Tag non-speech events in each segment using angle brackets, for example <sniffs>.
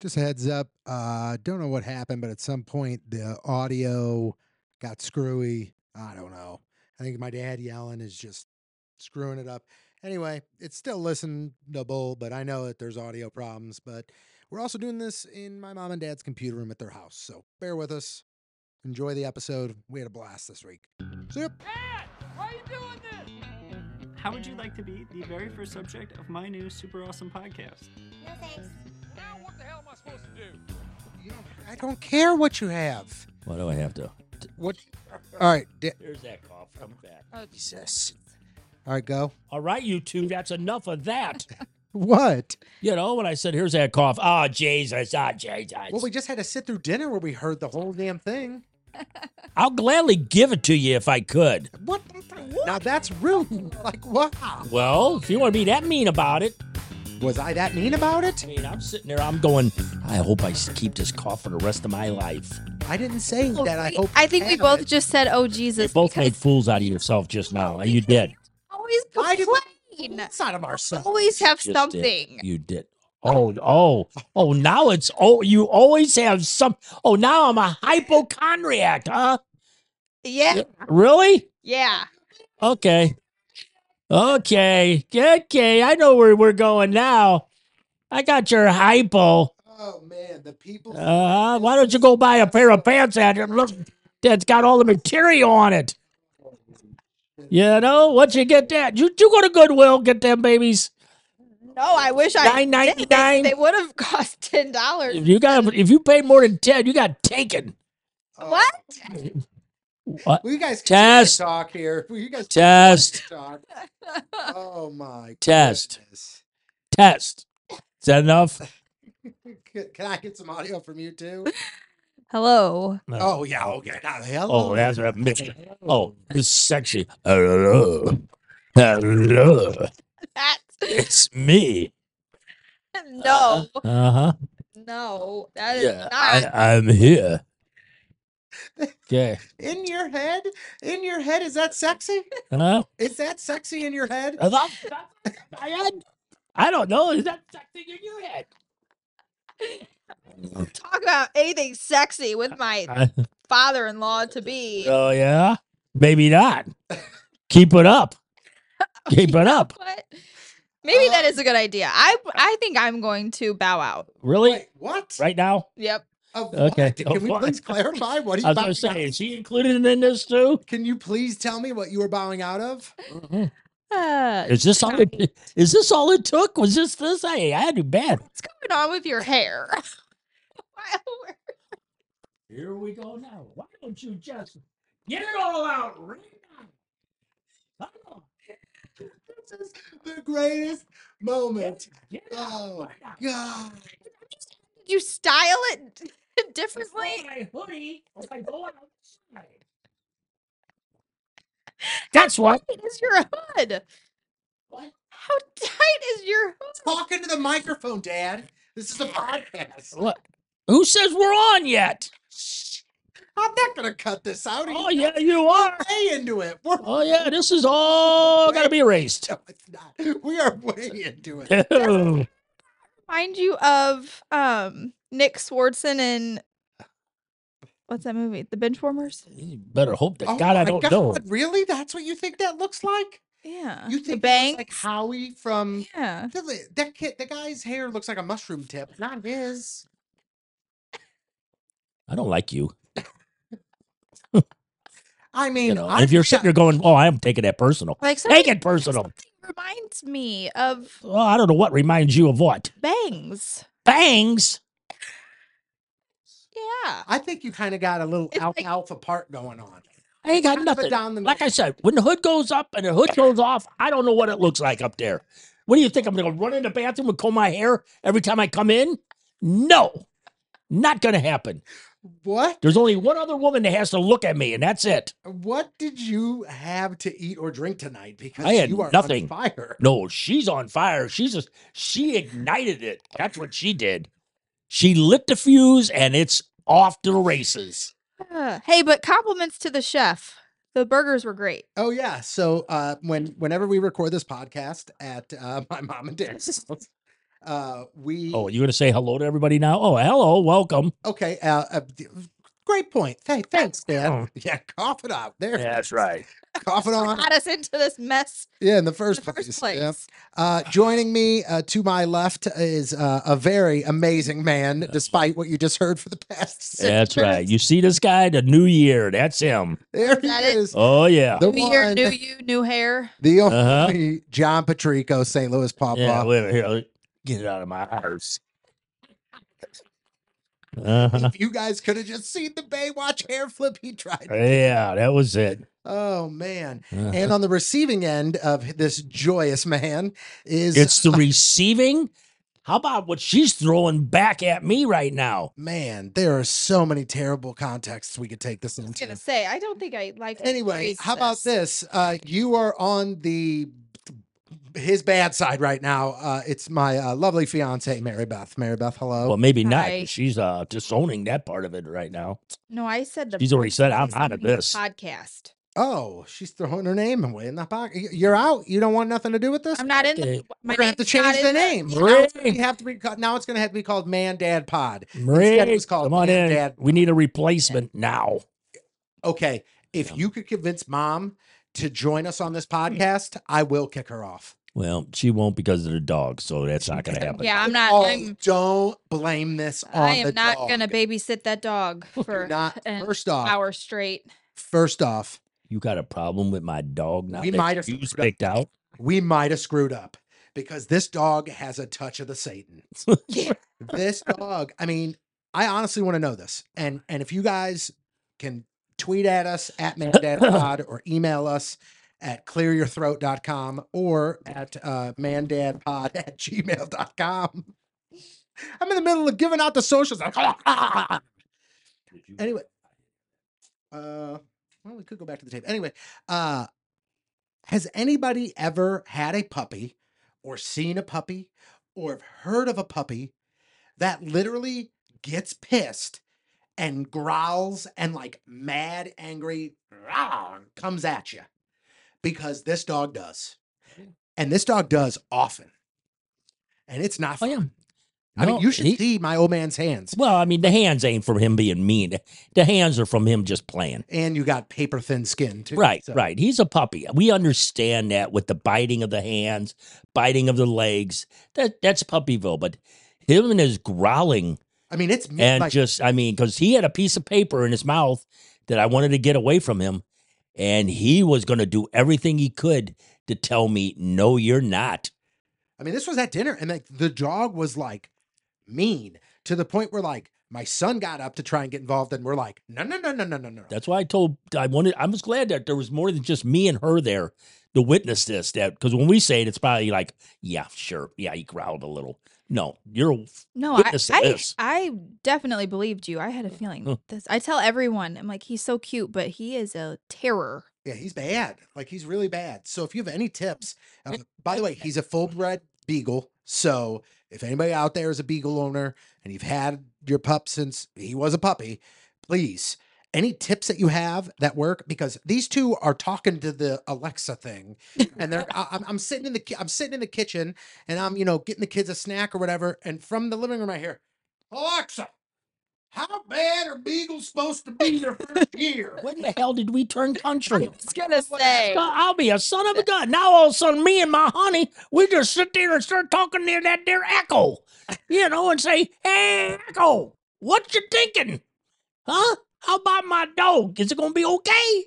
Just a heads up. Uh, don't know what happened, but at some point the audio got screwy. I don't know. I think my dad yelling is just screwing it up. Anyway, it's still listenable, but I know that there's audio problems. But we're also doing this in my mom and dad's computer room at their house. So bear with us. Enjoy the episode. We had a blast this week. So, yep. Dad, why are you doing this? How would you like to be the very first subject of my new super awesome podcast? No thanks. Now what the hell am I supposed to do? I don't care what you have. Why do I have to? What? All right. da- There's that cough coming back. Jesus. All right, go. All right, you two, that's enough of <laughs> that. What? you know, when I said, here's that cough. Oh, Jesus. Ah, Jesus. Well, we just had to sit through dinner where we heard the whole damn thing. I'll gladly give it to you if I could. What? Now that's rude. <laughs> Like, wow. Well, if you want to be that mean about it, Was I that mean about I it? mean, I'm sitting there, I'm going, I hope I s- keep this cough for the rest of my life. I didn't say Oh, that. I we- hope. I think you we have both it. just said, "Oh You Jesus!" both because made fools out of yourself just now. You did. always I didn't- complain. It's not of ourselves. Always have Just did. something. You did. Oh, oh, oh, now it's, oh, you always have some, oh, now I'm a hypochondriac, huh? Yeah, Really? yeah. Okay. Okay. Okay. I know where we're going now. I got your hypo. Oh man, the people. Uh, why don't you go buy a pair of pants that look that's got all the material on it? You know, once you get that, you, you go to Goodwill, get them babies. No, I wish I. did. They- $9.99. They would have <laughs> cost ten dollars. If you got if you paid more than ten, you got taken. Oh, What? What? Will you guys continue to Test. talk here? Will you guys continue Test. to talk? Oh my. Test. goodness. Test. Is that enough? Can can I get some audio from you too? Hello. Oh yeah. Okay. Now, hello. Oh, that's what I missed. <laughs> Oh, this sexy. Hello. Hello. That <laughs> It's me. no, Uh <laughs> huh. no. That is Uh-huh. Yeah, not. I, I'm <laughs> here. Okay. In your head? In your head? Is that sexy? Huh? Is that sexy in your head? Is that sexy in my head? I don't know. Is that sexy in your head? Talk about anything sexy with my <laughs> I- father-in-law to be. oh yeah. Maybe not. Keep it up. Keep it up. But maybe that Uh, is a good idea. I I think I'm going to bow out. <laughs> Really? Wait, what? Right now? Yep. Of Okay. what? Can Of we what? <laughs> please clarify what I he's was gonna bowing say, out? is he included in this too? Can you please tell me what you were bowing out of? Mm-hmm. Uh, Is this all? It, is this all it took? Was this this? Hey, I had to bad. what's going on with your hair? <laughs> Why are- Here we go now. Why don't you just get it all out right now? Come on, This is the greatest moment. get it out. <sighs> Oh right now. God. Did you style it Before <laughs> differently? my hoodie, if I go outside. That's what. Tight is your hood? What? How tight is your hood? Talk into the microphone, Dad. This is a podcast. Look, who says we're on yet? I'm not gonna cut this out. Oh yeah, you are. Way into it. We're <laughs> Oh yeah, this is all gotta be erased. <laughs> no, it's not. We are way into it. Ew. Remind you of um Nick Swartzen and what's that movie? The Benchwarmers? You better hope that Oh God I my don't know. Really? That's what you think that looks like? Yeah. You the think that looks bank? like Howie from yeah. The- That kid, the guy's hair looks like a mushroom tip, not his. I don't like you. I mean, You know, I and if you're sitting there going, "Oh, I'm taking that personal," Like take something it personal. reminds me of Oh, I don't know what reminds you of what. bangs. Bangs. Yeah. I think you kind of got a little It's like- alfalfa part going on. I ain't got Kind of a nothing. down the Like I middle. said, when the hood goes up and the hood goes off, I don't know what it looks like up there. What do you think? I'm going to run in the bathroom and comb my hair every time I come in? No, not going to happen. What? There's only one other woman that has to look at me, and that's it. What did you have to eat or drink tonight? Because I had you are nothing. on fire. No, she's on fire. She's just, she ignited it. That's what she did. She lit the fuse, and it's off to the races. Uh, hey, but compliments to the chef. The burgers were great. Oh yeah. <laughs> <laughs> So uh, when whenever we record this podcast at uh, my mom and dad's house, Uh, we Oh, you're gonna say hello to everybody now? Oh, hello, welcome. okay. Uh, uh, d- great point. Hey, thanks, Dan. Oh. <laughs> Yeah, cough it up. There, right. cough it on. Got us into this mess Yeah, in the in first the first Uh-huh. place. place. Yep. Uh, joining me uh, to my left is uh, a very amazing man, despite what you just heard for the past. <laughs> Six That's right. minutes. You see this guy, the new year. That's him. There he That is- is. Oh <laughs> yeah. The New year, one, new you, new hair. the Uh-huh. only John Patrico, St. Louis Papa. Yeah, wait a minute. Here, let- get it out of my eyes. Uh-huh. If you guys could have just seen the Baywatch hair flip he tried. Yeah, that was it. Oh man. Uh, And on the receiving end of this joyous man is It's the receiving. How about what she's throwing back at me right now? man, there are so many terrible contexts we could take this I was into. gonna say, I don't think I like. to Anyway, praise how about this? Uh, you are on the his bad side right now. Uh, it's my uh, lovely fiance, Mary Beth. Mary Beth, hello. Well, maybe not. 'cause Hi. She's uh disowning that part of it right now. No, I said the. She's already first said, "I'm place out of on the this." podcast. oh, she's throwing her name away in the pocket. Y- You're out. You don't want nothing to do with this. I'm not in. The, Okay. We're my gonna have to name's not change the in name. yeah. Now it's gonna Really? have to be called, now. It's gonna have to be called Man Dad Pod. Marie, was called come on Bad in. Dad. We need a replacement now. okay, if you could convince mom to join us on this Hmm. podcast, I will kick her off. Well, she won't because of the dog, so that's not going to happen. Yeah, I'm not. oh, I'm, don't blame this on I am the not dog. gonna babysit that dog for Do not. an First off, hour straight. first off, You got a problem with my dog now? We that might have you screwed up. picked out. we might have screwed up because this dog has a touch of the Satan. Yeah. this dog, I mean, I honestly want to know this, and and if you guys can tweet at us at mandadpod or email us at clearyourthroat.com or at uh, mandadpod at gmail.com. I'm in the middle of giving out the socials. <laughs> Anyway, uh, well, we could go back to the tape. Anyway, uh, has anybody ever had a puppy or seen a puppy or have heard of a puppy that literally gets pissed and growls and like mad, angry, "Rah!" comes at you? Because this dog does. And this dog does often. And it's not Oh fun. yeah. I mean, No, you should he- see my old man's hands. Well, I mean, the hands ain't from him being mean. The hands are from him just playing. And you got paper thin skin too. Right, so- right. He's a puppy. We understand that with the biting of the hands, biting of the legs. That that's puppyville. But him and his growling I mean, it's me- and like, just, I mean, because he had a piece of paper in his mouth that I wanted to get away from him, and he was going to do everything he could to tell me, "No, you're not." I mean, this was at dinner, and like the dog was like mean to the point where like my son got up to try and get involved, and we're like, no, no, no, no, no, no, no. That's why I told I wanted. I was glad that there was more than just me and her there to witness this. That because when we say it, it's probably like, yeah, sure, yeah, he growled a little. No, you're No, I, Witness I, this. I definitely believed you. I had a feeling Huh. this. I tell everyone, I'm like, he's so cute, but he is a terror. yeah, he's bad. Like he's really bad. So if you have any tips, uh, by the way, he's a full bred beagle. So if anybody out there is a beagle owner and you've had your pup since he was a puppy, please. Any tips that you have that work because these two are talking to the Alexa thing, and they're I, I'm, I'm sitting in the ki- I'm sitting in the kitchen and I'm you know getting the kids a snack or whatever, and from the living room I hear Alexa, how bad are beagles supposed to be their first year? when the hell did we turn country? was gonna say. God, I'll be a son of a gun. Now all of a sudden, me and my honey, we just sit there and start talking near that there echo, you know, and say, "Hey, echo, what you thinking? Huh? How about my dog? Is it gonna be okay?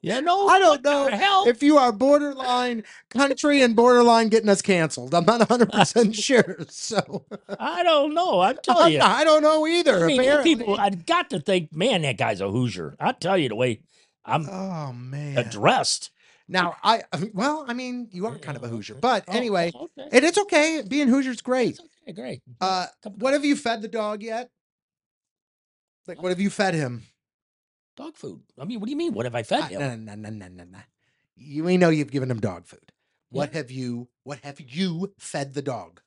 You know, I don't what the know hell? if you are borderline country and borderline getting us canceled. I'm not Ah. 100% sure. <laughs> So I don't know. I'm telling Oh, I'm you. not- I don't know either. Oh, I mean, these apparently. people, I've got to think, man, that guy's a Hoosier. I tell you the way I'm oh, man. addressed. Now, I, well, I mean, you are kind of a Hoosier. But Oh, anyway, okay. and it's okay. Being Hoosier's great. It's okay, great. Uh, Couple what have you fed the dog yet? Like, what have you fed him? dog food. I mean, what do you mean? What have I fed Ah, him? nah, nah, nah, nah, nah, nah. You we know you've given him dog food. What have you? What have you fed the dog?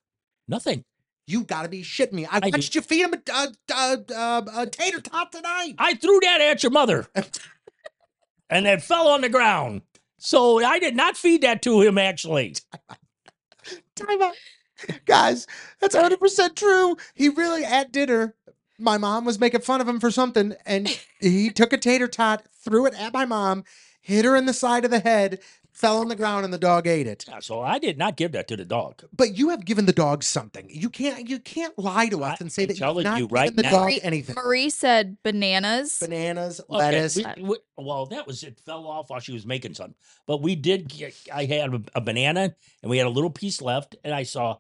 Nothing. You gotta be shitting me. I do. watched you feed him a, a, a, a, a tater tot tonight. I threw that at your mother, and it fell on the ground. So I did not feed that to him. Actually, Time out. <laughs> Guys, that's 100% true. He really, at dinner, my mom was making fun of him for something, and <laughs> he took a tater tot, threw it at my mom, hit her in the side of the head, fell on the ground, and the dog ate it. Yeah, So I did not give that to the dog. But you have given the dog something. You can't you can't lie to us I- and say I'm that you've telling not you given right the now. dog Marie- anything. Marie said bananas. Bananas, Okay, lettuce. we- we- well, that was it. Fell off while she was making some, but we did. Get, I had a, a banana, and we had a little piece left, and I saw.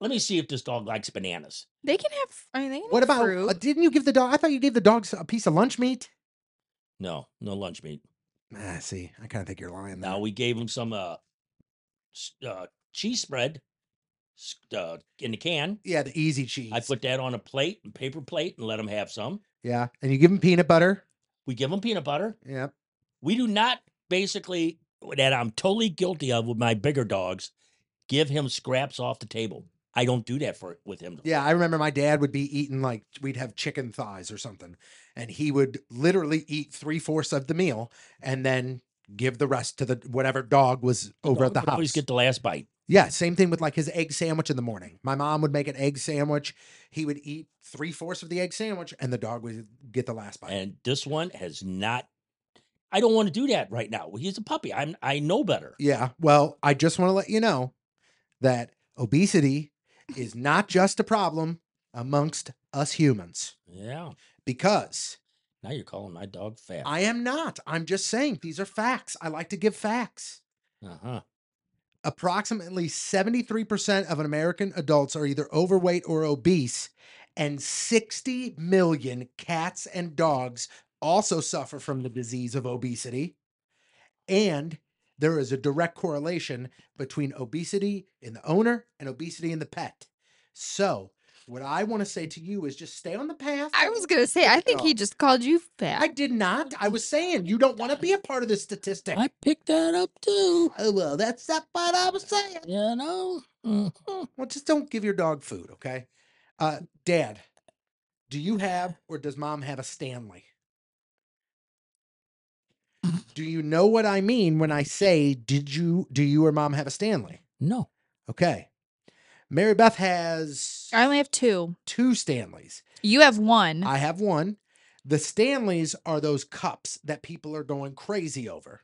Let me see if this dog likes bananas. They can have. I mean, they can What have about? fruit. uh, didn't you give the dog? I thought you gave the dog s- a piece of lunch meat. No, no lunch meat. Ah, see, I kind of think you're lying. Now Now we gave him some uh, s- uh cheese spread s- uh, in the can. yeah, the easy cheese. I put that on a plate, a paper plate, and let him have some. yeah, and you give him peanut butter. We give him peanut butter. Yep. We do not basically that I'm totally guilty of with my bigger dogs. Give him scraps off the table. I don't do that for with him. Yeah, I remember my dad would be eating like we'd have chicken thighs or something, and he would literally eat three fourths of the meal and then give the rest to the whatever dog was over Dog at would the Always house. get the last bite. Yeah, same thing with like his egg sandwich in the morning. My mom would make an egg sandwich. He would eat three fourths of the egg sandwich, and the dog would get the last bite. And this one has not. I don't want to do that right now. He's a puppy. I'm. I know better. Yeah. Well, I just want to let you know that obesity is not just a problem amongst us humans Yeah. because Now you're calling my dog fat. I am not. I'm just saying these are facts. I like to give facts. Uh huh. Approximately 73% of American adults are either overweight or obese, and 60 million cats and dogs also suffer from the disease of obesity. And there is a direct correlation between obesity in the owner and obesity in the pet. So, what I want to say to you is just stay on the path. I was gonna say. I think he just called you fat. I did not. I was saying you don't want to be a part of this statistic. I picked that up too. Oh, well, that's not what I was saying. You know. Mhm. Well, just don't give your dog food, okay? Uh, Dad, do you have or does mom have a Stanley? Do you know what I mean when I say did you do you or mom have a Stanley? No. Okay. Mary Beth has I only have two. two Stanleys. You have one. I have one. The Stanleys are those cups that people are going crazy over.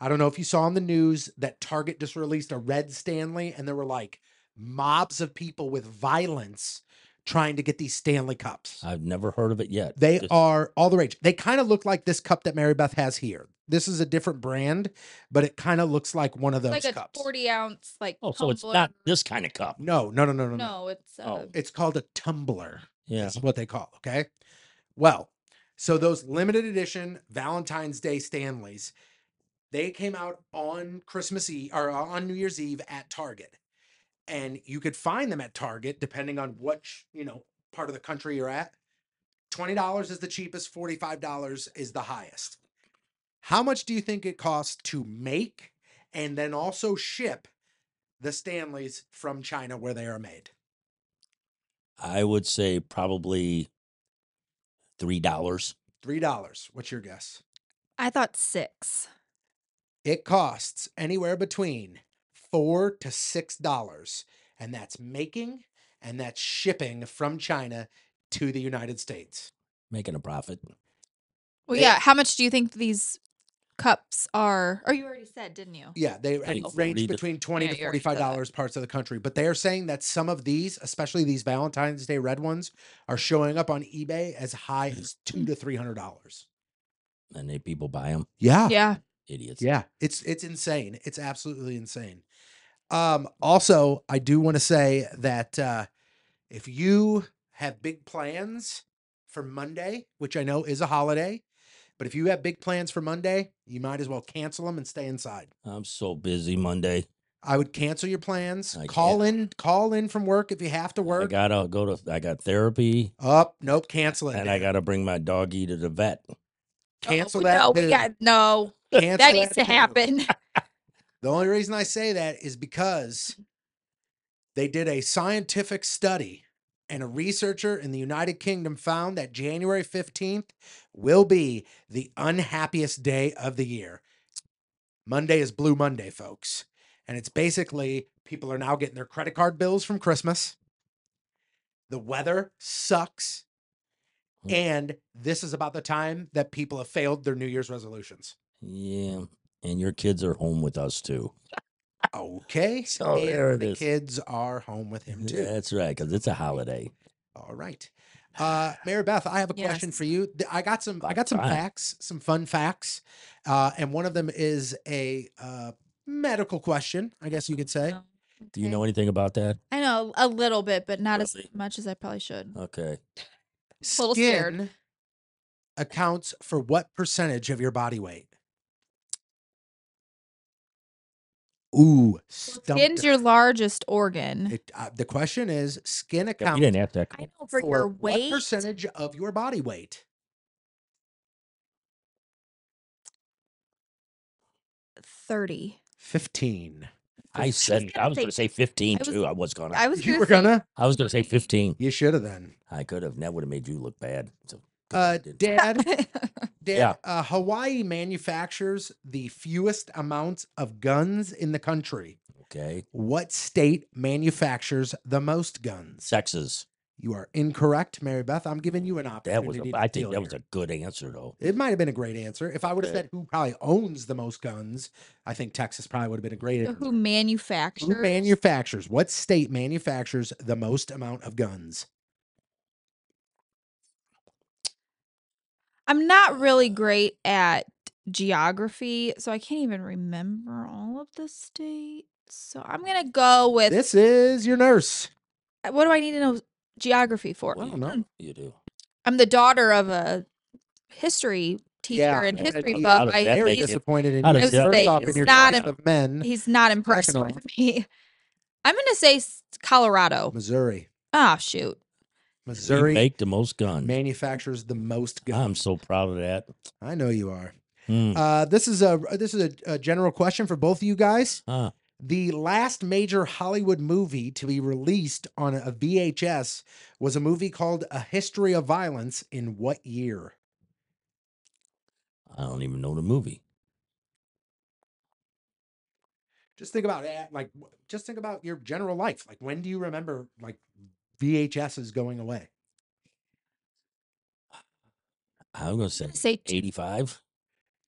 I don't know if you saw on the news that Target just released a red Stanley and there were like mobs of people with violence trying to get these Stanley cups. I've never heard of it yet. They This- are all the rage. They kind of look like this cup that Mary Beth has here. This is a different brand, but it kind of looks like one of those like a cups. forty ounce like. Oh, so it's tumbler. not this kind of cup. No, no, no, no, no, no. No, it's. Uh, Oh. It's called a tumbler. Yeah. That's what they call. Okay. Well, so those limited edition Valentine's Day Stanleys, they came out on Christmas Eve or on New Year's Eve at Target. And you could find them at Target depending on which, you know, part of the country you're at. $20 is the cheapest, $45 is the highest. How much do you think it costs to make and then also ship the Stanleys from China where they are made? I would say probably three dollars. $3. What's your guess? I thought six. It costs anywhere between four to six dollars, and that's making and that's shipping from China to the United States. Making a profit. Well, It- yeah. How much do you think these cups are? Or you already said, didn't you? Yeah, they ra- Twenty, forty range to- between twenty Yeah, to you already forty-five said that. dollars parts of the country, but they are saying that some of these, especially these Valentine's Day red ones, are showing up on eBay as high as two to three hundred dollars. And they people buy them. Yeah, Yeah. Idiots. Yeah, it's it's insane. It's absolutely insane. Um, also, I do want to say that uh, if you have big plans for Monday, which I know is a holiday, but if you have big plans for Monday, you might as well cancel them and stay inside. I'm so busy Monday. I would cancel your plans. I call in, call in from work if you have to I work. gotta go to. I got therapy, Up, nope, cancel it. and I dude. gotta bring my doggy to the vet. cancel Oh, that. No, we too. got- <laughs> no. Cancel That needs to too. <laughs> happen. The only reason I say that is because they did a scientific study, and a researcher in the United Kingdom found that January 15th will be the unhappiest day of the year. Monday is Blue Monday, folks. And it's basically people are now getting their credit card bills from Christmas. The weather sucks. Mm. And this is about the time that people have failed their New Year's resolutions. Yeah. And your kids are home with us too. Okay. So and there it the is. kids are home with him too. That's right, because it's a holiday. All right. Uh, Mary Beth, I have a question for you. Th- I got some, I got some Fine. facts, some fun facts, uh, and one of them is a uh, medical question, I guess you could Oh, say. Do you know anything about that? I know a little bit, but not as Really? much as I probably should. Oh, Okay. a little scared. Skin accounts for what percentage of your body weight? Ooh, stumped Skin's her. your largest organ. It- uh, the question is skin Yeah, account You didn't ask that. I question. know for, your what weight. percentage of your body weight? Thirty. Fifteen. I said I was going to say 15 I was- too. I was going I to. was you gonna were say- gonna. I was going to say 15. You should have then. I could have. and That would have made you look bad. So, 'cause I Uh, <laughs> didn't. Dad, <laughs> Dad, Yeah. uh, Hawaii manufactures the fewest amounts of guns in the country. okay. What state manufactures the most guns? Sexes. You are incorrect, Mary Beth. I'm giving you an That opportunity. was. A, to I think deal that was a here. good answer though. It might have been a great answer. If I would have Okay. said who probably owns the most guns, I think Texas probably would have been a great answer. Who manufactures? Who manufactures? What state manufactures the most amount of guns? I'm not really great at geography, so I can't even remember all of the states. So I'm gonna go with This is your nurse. what do I need to know geography for? What I do don't you- know. You do. I'm the daughter of a history teacher Yeah, and I- history I- how buff. does I, that Very make it- he's, disappointed in how you. does that First make off, it in your not choice im- of men, he's not impressed Second with me. I'm gonna say s- Mm. Colorado. Missouri. Ah, You shoot. Missouri make the most guns. manufactures the most I'm guns. so proud of that. I know you are. Hmm. Uh, this is a this is a, a general question for both of you guys. Huh. The last major Hollywood movie to be released on a VHS was a movie called A History of Violence in what year? I don't even know the movie. Just think about it, like w- just think about your general life. Like when do you remember like VHS is going away? I'm going to I'm say gonna say t- 85.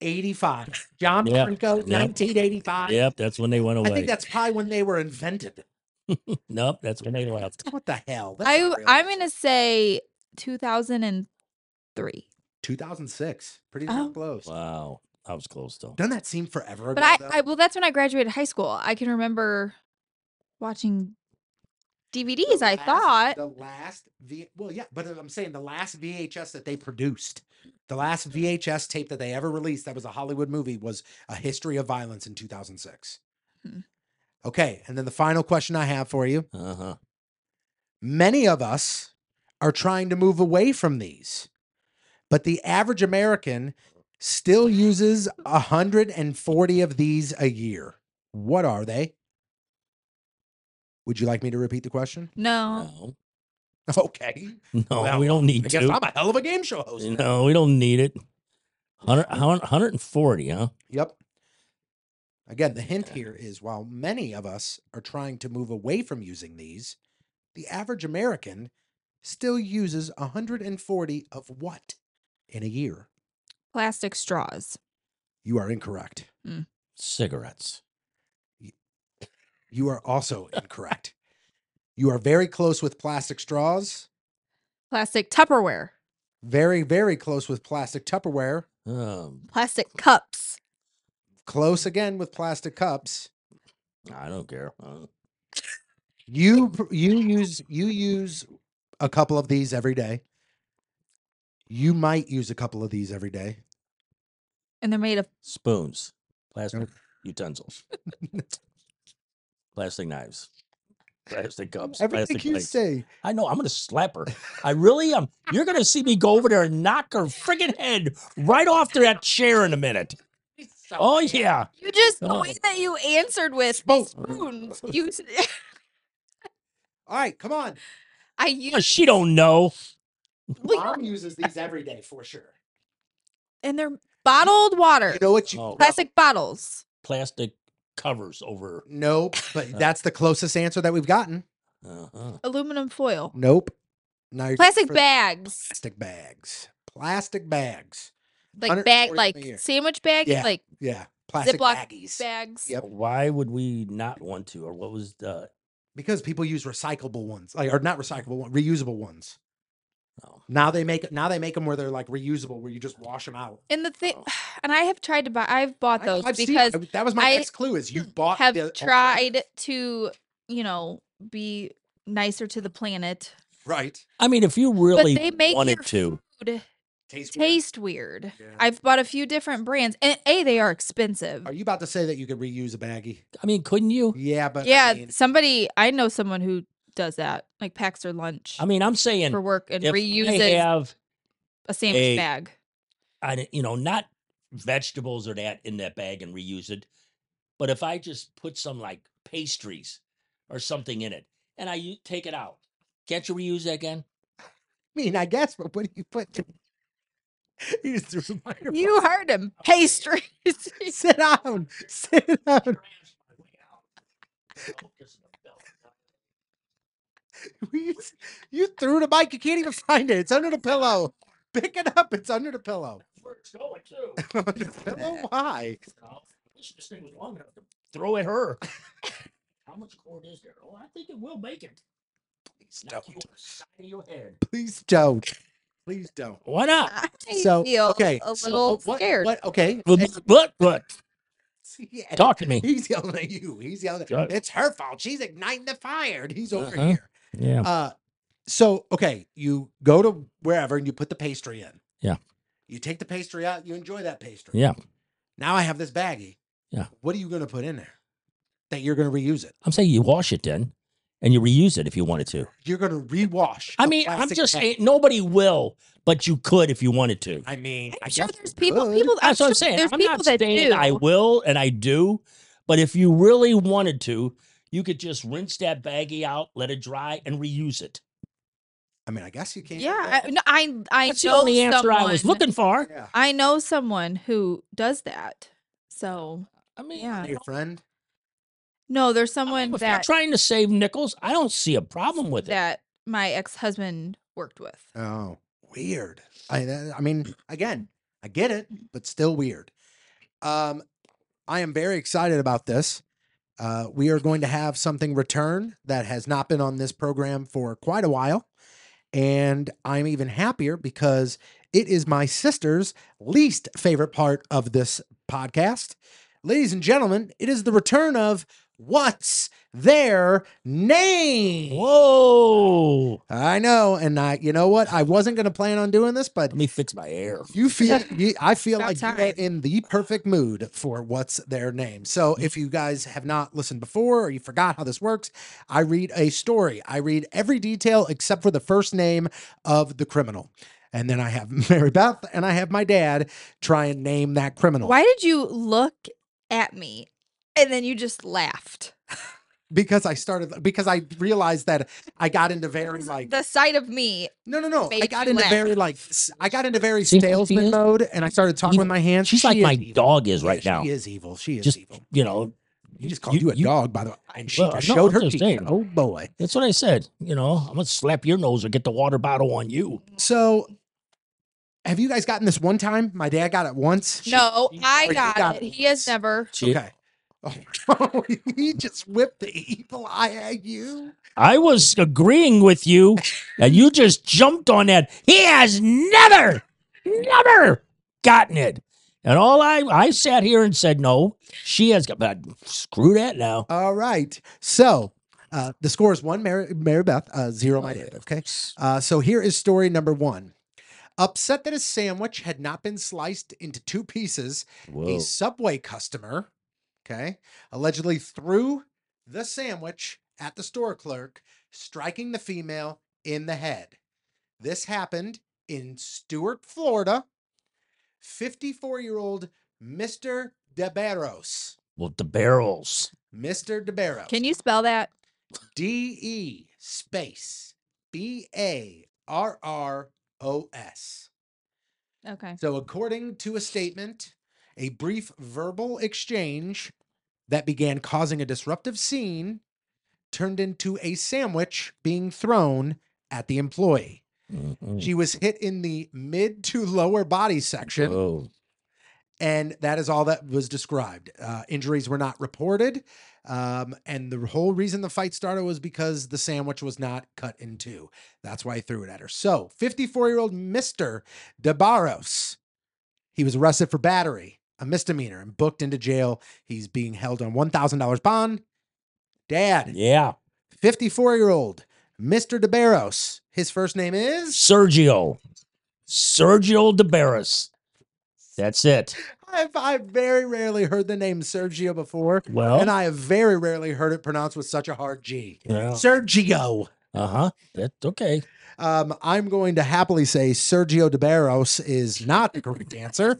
85. John Yep, Franco, yep. 1985. Yep, that's when they went away. I think that's probably when they were invented. <laughs> nope, that's when they <laughs> left. What the hell? That's I not real. I'm gonna say 2003. 2006. Pretty damn Oh. close. <laughs> Wow. I was close though. Doesn't that seem forever ago? But I, though? I well, that's when I graduated high school. I can remember watching The DVDs. I last- thought the last v. Well, yeah, but uh, I'm saying the last VHS that they produced, the last VHS tape that they ever released that was a Hollywood movie was A History of Violence in 2006. Hmm. Okay, and then the final question I have for you: <laughs> Uh huh. Many of us are trying to move away from these, but the average American still uses 140 of these a year. What are they? Would you like me to repeat the question? <laughs> no. No, <laughs> Okay. no, Well, we don't need I guess to. I'm a hell of a game show host. No, we don't need it. <laughs> 100, 140, huh? Yep. Again, the hint here is while many of us are trying to move away from using these, the average American still uses 140 of what in a year? plastic straws. You are incorrect. Cigarettes. You are also incorrect. You are very close with plastic straws, Plastic Tupperware. very, very close with plastic Tupperware, Um, Plastic cups. close again with plastic cups. I don't care. Uh, You pr- you use you use a couple of these every day. You might use a couple of these every day. And they're made of spoons, plastic utensils, plastic knives, plastic cups, Everything plastic you plates. say. I know. I'm going to slap her. I really am. You're going to see me go over there and knock her friggin' head right off to that chair in a minute. Oh, yeah. you just the Oh. way that you answered with Spoon. spoons. You s- <laughs> All right, come on. I Oh, use She don't know. well, Mom uses these every day for sure. and they're bottled water. You know what you Oh. plastic bottles. Plastic covers over. Nope. But that's the closest answer that we've gotten. Uh-huh. Aluminum foil. Nope. Now you're Plastic for- bags. Plastic bags. Plastic bags. Like bag 140 a year. like sandwich bag, Yeah. like Yeah. Plastic Ziploc baggies. bags. Yep. Why would we not want to? Or what was the? because people use recyclable ones, like or not recyclable, one- reusable ones. Oh. Now they make now they make them where they're like reusable, where you just wash them out. And the thing <sighs> and I have tried to buy I've bought Oh. I- those I've seen- because I- that was my I next clue is you Uh, bought have the alternative. tried to, you know, be nicer to the planet. right I mean, if you really they make wanted your to, Food taste. weird. taste weird. Yeah. I've bought a few different brands and A, they are expensive. Are you about to say that you could reuse a baggie? I mean, couldn't you? Yeah, but I Oh, yeah, mean, somebody I know someone who does that, like packs their lunch I mean, I'm saying for work and if I reuses have, a sandwich a- bag. I don't- you know, not vegetables or that in that bag and reuse it, but if I just put some like pastries or something in it and I u- take it out, can't you reuse that again? I mean, I guess, but what do you put? <laughs> You just threw a microphone. You <laughs> <laughs> heard him. <laughs> Pastries. sit down, sit down. <laughs> You s- you threw the mic. You can't even find it. It's under the pillow. Pick it up. It's under the pillow. Where it's going too. <laughs> Under the pillow? Why? Well, This this thing was long enough to throw at her. How much cord is there? Oh, I think it will make it. Please Knock you on don't. the side of your head. Please don't. Please don't. Why not? I So feel okay. a so oh, uh, little what- scared. What? Okay. Well, it's- What? What? <laughs> yeah, Talk to me. He's yelling at you. He's yelling. Yeah. At, it's her fault. She's igniting the fire. And he's over Uh-huh. here. Yeah. Uh, so okay, you go to wherever and you put the pastry in. Yeah. You take the pastry out. You enjoy that pastry. Yeah. Now I have this baggie. Yeah. What are you going to put in there? That you're going to reuse it. I'm saying you wash it then, and you reuse it if you wanted to. You're going to rewash. I a mean, I'm plastic just bag. saying nobody will, but you could if you wanted to. I mean, I'm sure guess there's you people. could. People. That's I'm what I'm sure saying. There's I'm people not that saying do. I will and I do, but if you really wanted to, you could just rinse that baggie out, let it dry, and reuse it. I mean, I guess you can. yeah. I, no, I. I That's the know only answer I was someone- looking for. Yeah. I know someone who does that. So I mean, Yeah. Your friend. no, there's I mean, someone if you're that trying to save nickels, I don't see a problem with it. that my ex husband worked with. Oh, weird. I that- I mean, again, I get it, but still weird. Um, I am very excited about this. Uh, we are going to have something return that has not been on this program for quite a while, and I'm even happier because it is my sister's least favorite part of this podcast. Ladies and gentlemen, it is the return of what's their name. Whoa! I know, and I, you know what? I wasn't going to plan on doing this, but Let me fix my hair. you <laughs> feel, you, I feel About like you are time. in the perfect mood for what's their name. So, Mm-hmm. if you guys have not listened before or you forgot how this works, I read a story. I read every detail except for the first name of the criminal, and then I have <laughs> Mary Beth and I have my dad try and name that criminal Why did you look at me and then you just laughed? because I started because I realized that I got into very like the sight of me. No, no, no. I made got you into laugh. very like s- I got into very See how she salesman is? mode, and I started talking with Evil. my hands. She's like She is my evil. dog is Yeah, right now. She is evil. She is Just- evil. You know, You just called you, a dog, by the way, and she Well, just no, showed I'm her just teeth. saying. Oh boy. That's what I said. You know, I'm gonna slap your nose or get the water bottle on you. So, have you guys gotten this one time? My dad got it once. no, <laughs> she- oh, I you got, got it. it. He has never. Okay. <laughs> Oh, <laughs> he just whipped the evil eye at you. I was agreeing with you, and you just jumped on that. He has never, never gotten it. And all I, I sat here and said, no, she has got, but screw that now. All right. So, uh, the score is one Mary, Mary Beth, uh, zero my Oh, yeah. dad. Okay. Uh, so here is story number one. Upset that his sandwich had not been sliced into two pieces, a Whoa. Subway customer, okay, allegedly threw the sandwich at the store clerk, striking the female in the head. This happened in Stuart, Florida. 54 year old Mr. DeBarros. Well, the barrels. Mr. DeBarros. Can you spell that? D E space B A R R O S. Okay. So, according to a statement, a brief verbal exchange, that began causing a disruptive scene turned into a sandwich being thrown at the employee. Mm-mm. She was hit in the mid to lower body section, Whoa. and that is all that was described. Uh, injuries were not reported. Um, and the whole reason the fight started was because the sandwich was not cut in two. That's why he threw it at her. So, 54 year old Mr. DeBarros, he was arrested for battery, a misdemeanor, and booked into jail. He's being held on $1,000 bond. Dad, Yeah. 54 year old Mr. DeBarros, his first name is? Sergio. Sergio DeBarris. That's it. I've, I've very rarely heard the name Sergio before. Well, And I have very rarely heard it pronounced with such a hard G. yeah. Sergio. uh huh. That's okay. Um, I'm going to happily say Sergio de Barros is not the correct answer.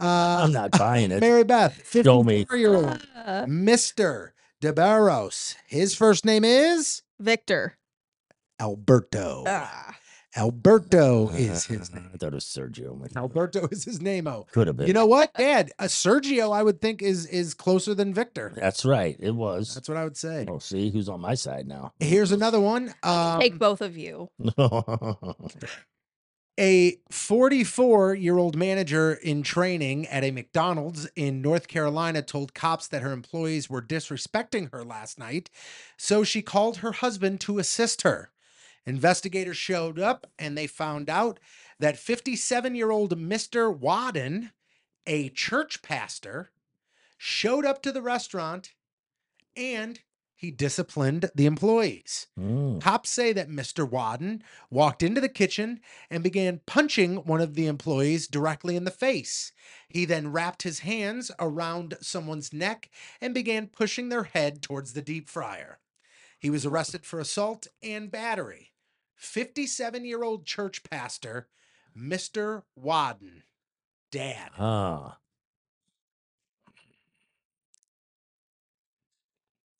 Uh, I'm not buying it. Mary Beth, Show me. 54 year old Uh, Mr. de Barros. His first name is Victor. Alberto. Ah. Alberto is <laughs> his Uh, name. I thought it was Sergio. My- Alberto is his name. Oh, Could have been. you know what, Dad? Uh, Sergio, I would think is is closer than Victor. That's right. It was. That's what I would say. Oh, see who's on my side now. <laughs> Here's another one. Um, Take both of you. a 44 year old manager in training at a McDonald's in North Carolina told cops that her employees were disrespecting her last night. So she called her husband to assist her. Investigators showed up and they found out that 57 year old Mr. Wadden, a church pastor, showed up to the restaurant and he disciplined the employees. Mm. Cops say that Mr. Wadden walked into the kitchen and began punching one of the employees directly in the face. He then wrapped his hands around someone's neck and began pushing their head towards the deep fryer. He was arrested for assault and battery. 57 year old church pastor, Mr. Wadden. Dad. <laughs> Ah.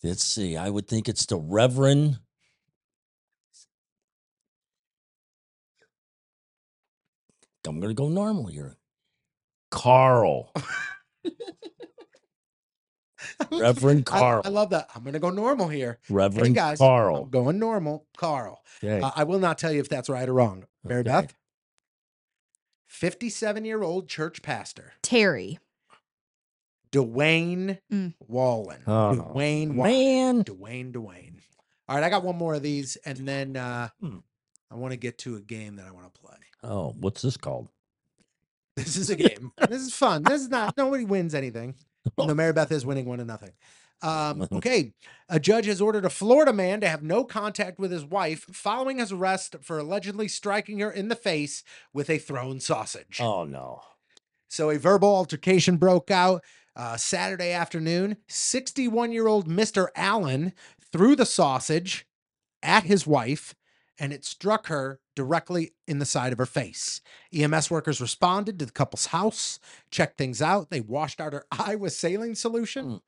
Let's see. I would think it's the Reverend. I'm going to go normal here. <laughs> Carl. Reverend I- <laughs> Carl. I, love that. I'm going to go normal here. Reverend guys, I'm Carl. going normal. Carl. Okay. Uh, I will not tell you if that's right or wrong. Mary Okay. Beth? 57 year old church pastor, Terry. Dwayne Mm. Wallen. Oh, Dwayne Wallen. Man. Dwayne, Dwayne. All right, I got one more of these, and then uh, Hmm. I want to get to a game that I want to play. Oh, what's this called? This is a game. <laughs> this is fun. This is not, nobody wins anything. <laughs> No, Mary Beth is winning one to nothing. <laughs> Um, okay. A judge has ordered a Florida man to have no contact with his wife following his arrest for allegedly striking her in the face with a thrown sausage. Oh, no. So a verbal altercation broke out uh, Saturday afternoon. 61 year old Mr. Allen threw the sausage at his wife and it struck her directly in the side of her face. EMS workers responded to the couple's house, checked things out. They washed out her <laughs> eye with saline solution.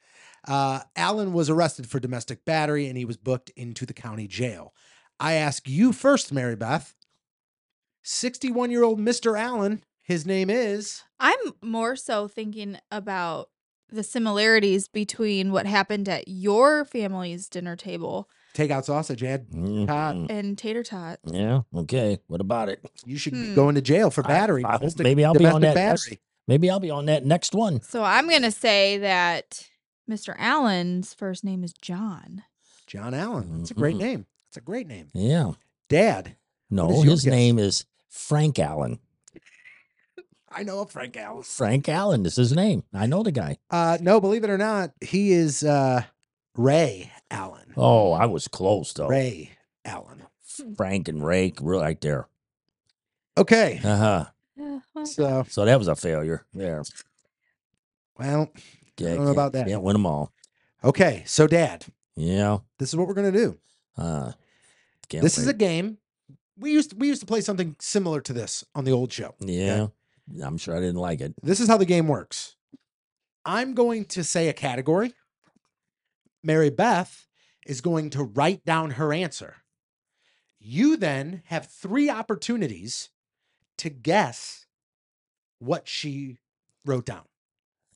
Uh, Allen was arrested for domestic battery and he was booked into the county jail. I ask you first, Mary Beth. 61 year old Mr. Allen, his name is. I'm more so thinking about the similarities between what happened at your family's dinner table takeout sausage ad. Mm, and tater tot. Yeah. Okay. What about it? You should Hmm. be going to jail for I- battery. I hope domestic- maybe I'll be on domestic that list. Maybe I'll be on that next one. So I'm going to say that Mr. Allen's first name is John. John Allen. That's a great Mhm. name. That's a great name. Yeah. Dad. No, is your his guess? name is Frank Allen. I know of Frank Allen. Frank Allen is his name. I know the guy. Uh, no, believe it or not, he is uh, Ray Allen. Oh, I was close though. Ray Allen. Frank and Ray were right there. Okay. Uh huh. Yeah, well, So, So that was a failure there. well, Yeah, know can't- about that. Can't win them all. okay. So, Dad, Yeah. this is what we're going to do. Uh, can't This is a wait. game. We used we used to play something similar to this on the old show. Yeah. I'm sure I didn't like it. This is how the game works. I'm going to say a category. Mary Beth is going to write down her answer. You then have three opportunities to guess what she wrote down.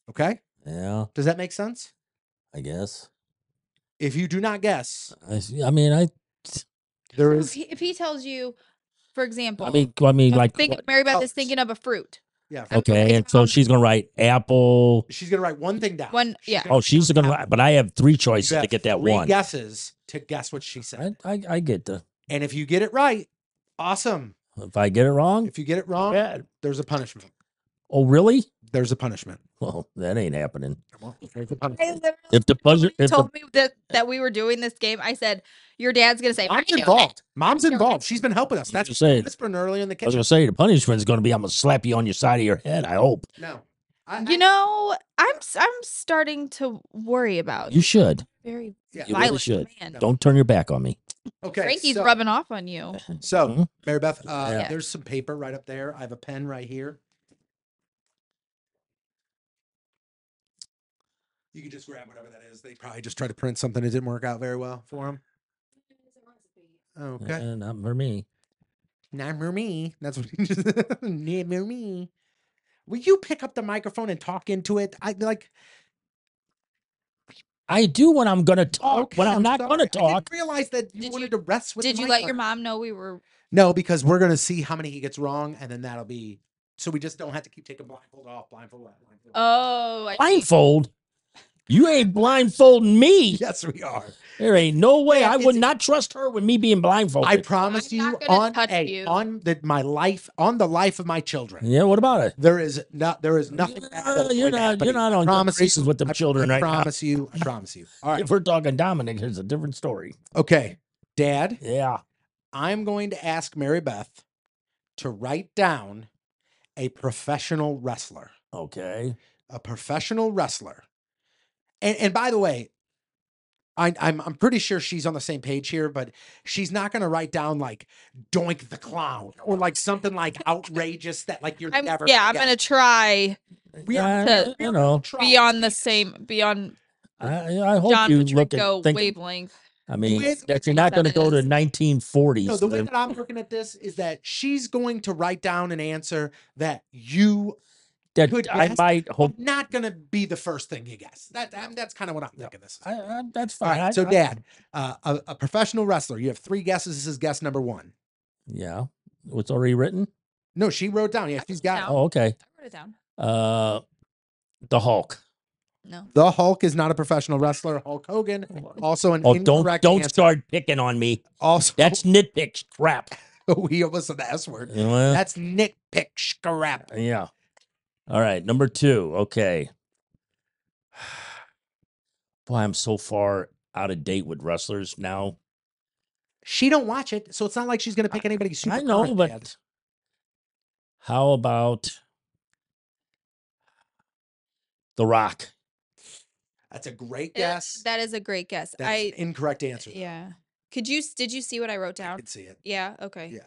Okay? Yeah. Does that make sense? I guess. If you do not guess, I, s- I mean, I, there If is he, if he tells you, for example, I mean, I mean, like, think what- Mary Beth Oh, is thinking of a fruit. yeah. I'm okay, and so around- she's gonna write apple. She's gonna write one thing down. One- yeah. gonna Oh, write she's down gonna apple. write, but I have three choices You to have get that three one. guesses to guess what she said. I, I, I get the. And if you get it right, awesome. If I get it wrong, If you get it wrong, bad. there's a punishment. Oh, really? There's a punishment. Well, that ain't happening. Well, there's a punishment. I literally If the when buzzer, you if the, told me that, that we were doing this game. I said, Your dad's gonna say, Mom's "I knew it." involved. Mom's Sure. involved. She's been helping us. That's That's just saying. that's been earlier in the I was kitchen. gonna say the punishment is gonna be I'm gonna slap you on your side of your head. I hope No, I, You know, I'm s- I'm starting to worry about you should. very Yeah. You really violent should. man. No. Don't turn your back on me. I- okay. Frankie's so, rubbing off on you. So, Mhm. Mary Beth, uh, Yeah. there's some paper right up there. I have a pen right here. You can just grab whatever that is. They probably just tried to print something that didn't work out very well for them. Okay. Eh, not for me. Not for me. That's what he <laughs> just not for me. Will you pick up the microphone and talk into it? I like I do when I'm gonna talk. okay, when I'm, not sorry. gonna I talk. didn't realize that you Did wanted you- to rest with the Did you mic let on. your mom know we were No, because we're gonna see how many he gets wrong, and then that'll be so we just don't have to keep taking blindfold off, blindfold off, blindfold. off. Oh I see. Blindfold. You ain't blindfolding me. yes, we are. There ain't no way. Yeah, I it's- would not trust her with me being I blindfolded. promise I'm not you gonna on touch a, you. on the, my life, on the life of my children. yeah. What about it? There is not. There is nothing. bad Uh, that's you're going to not. happen You're to you. not on good promise you, graces with them I- children I right now. promise you. I promise you. All right. If we're talking Dominic, it's a different story. Okay, Dad. Yeah. I'm going to ask Mary Beth to write down a professional wrestler. Okay. a professional wrestler. And and by the way, I, I'm I'm pretty sure she's on the same page here, but she's not going to write down like Doink the Clown or like something like outrageous that like you're I'm, never. yeah, I'm get. gonna try We I- are, to Eh, you know, trying. beyond the same beyond I, I hope John you look at Petrinko think wavelength. I mean, way that that you're we not set going to go it to is- 1940s. No, the way then- that I'm looking at this is that she's going to write down an answer that you that could I guess. might hope. not going to be the first thing you guess. That I'm, that's kind of what I'm thinking. This. Is. I, I, that's All fine. I- right, so I- Dad, uh, a, a professional wrestler. You have three guesses. This is guess number one. yeah, what's already written? No, she wrote down. Yeah, I she's wrote got down. Oh, okay. I wrote it down. Uh, the Hulk. No. the Hulk is not a professional wrestler. Hulk Hogan also an Oh, don't incorrect don't answer. start picking on me. Also, That's nitpicks crap. <laughs> we almost said the S word. You know? That's nitpick scrap. yeah. All right, number two. Okay. <sighs> Boy, I'm so far out of date with wrestlers now. She don't watch it, so it's not like she's gonna pick anybody super. I know, current, but Dad. how about The Rock? that's a great It- guess. That is a great guess. That's I an incorrect answer. though. yeah. Could you s- did you see what I wrote I down? can see it. Yeah, okay. Yeah,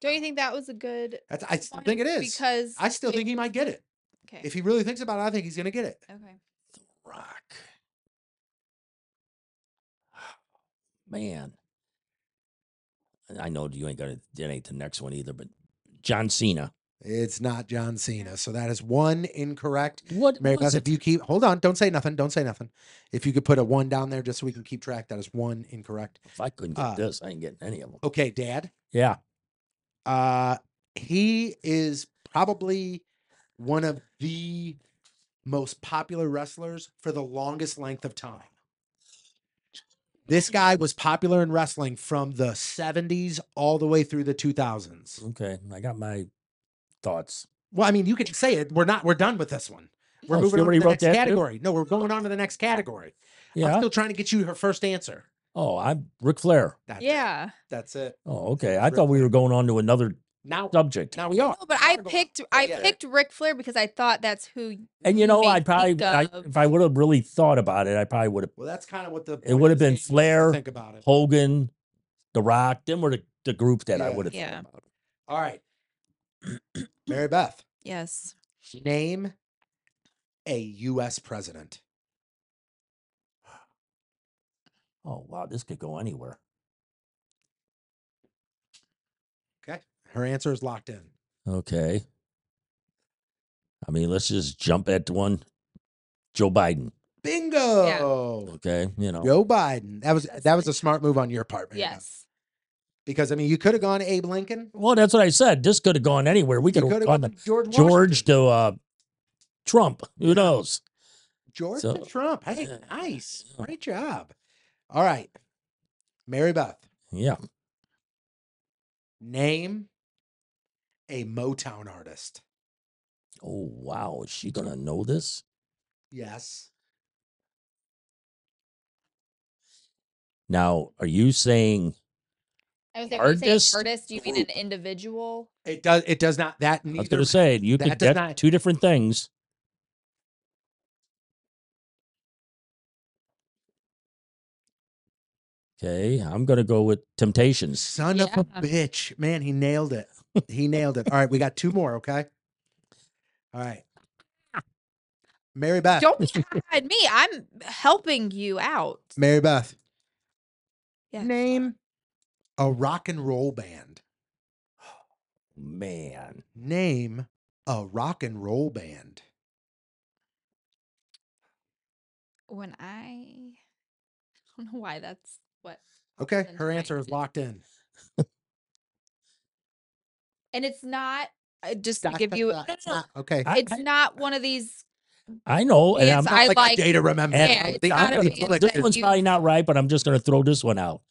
Don't you think that was a good that's. I still one? think it is. Because I still if- think he might get it okay. if he really thinks about it. I think he's gonna get it. okay. Rock. Man. And I know you ain't gonna that ain't the next one either, but John Cena. It's not John Cena, so that is one incorrect. What Mary was Beth, if it? you keep hold on, don't say nothing. Don't say nothing. If you could put a one down there just so we can keep track, that is one incorrect. If I couldn't get uh, this, I ain't getting any of them. Okay, Dad. Yeah. Uh he is probably one of the most popular wrestlers for the longest length of time. This guy was popular in wrestling from the 70s all the way through the 2000s. Okay. I got my thoughts. Well, I mean, you could say it. We're not we're done with this one. We're Oh, she moving on to already the wrote next that too? category. No, we're going on to the next category. I'm Yeah. still trying to get you her first answer. Oh, I'm Ric Flair. That's it. Yeah. That's it. Oh, okay. it's I Ric thought we Flair. were going on to another Now subject. now we are. No, Oh, but Now I we're going- picked I Oh, yeah. picked Ric Flair because I thought that's who And you know, may I probably think I, of- if I would have really thought about it, I probably would have Well, that's kind of what the It would have point of this been game is, is to Flair, Think about it. Hogan, The Rock, them were the, the group that I Yeah. would have Yeah. thought about. All right. <clears throat> Mary Beth, Yes. name a U.S. president. Oh wow, this could go anywhere. Okay. Her answer is locked in. Okay. I mean, let's just jump at one. Joe Biden. Bingo. Okay, you know. Joe Biden. That was That's that was a smart move on your part, man. Yes. Because I mean, you could have gone Abe Lincoln. Well, that's what I said. This could have gone anywhere. We You could could have have gone gone to to George. George Washington, to uh, Trump. Who knows? George so- to Trump. Hey, Yeah. nice. Yeah. Great job. All right, Mary Beth. Yeah. Name a Motown artist. Oh wow, is she gonna know this? Yes. Now, are you saying I was like, when you say Artist artist, you mean an group. individual? It does. It does not. That I was neither. gonna say you that could does get not- two different things? Okay, I'm gonna go with Temptations. Son of Yeah. a bitch, man. He nailed it. He nailed it. All right, we got two more. Okay. All right. Mary Beth. <laughs> Don't be God, me, I'm helping you out. Mary Beth. Yeah. Name a rock and roll band. Man, Name a rock and roll band. When I, I don't know why that's what, Okay, Then her fine. answer is locked in. and it's not uh, just to Dot, give dot, <laughs> you. dot. no, It's no, no, not- okay. I- It's not one of these. I know, and I'm It's I like, like. a day to remember. and yeah, I it's think not I a feel band. like this it's- one's you- probably not right, but I'm just gonna throw this one out.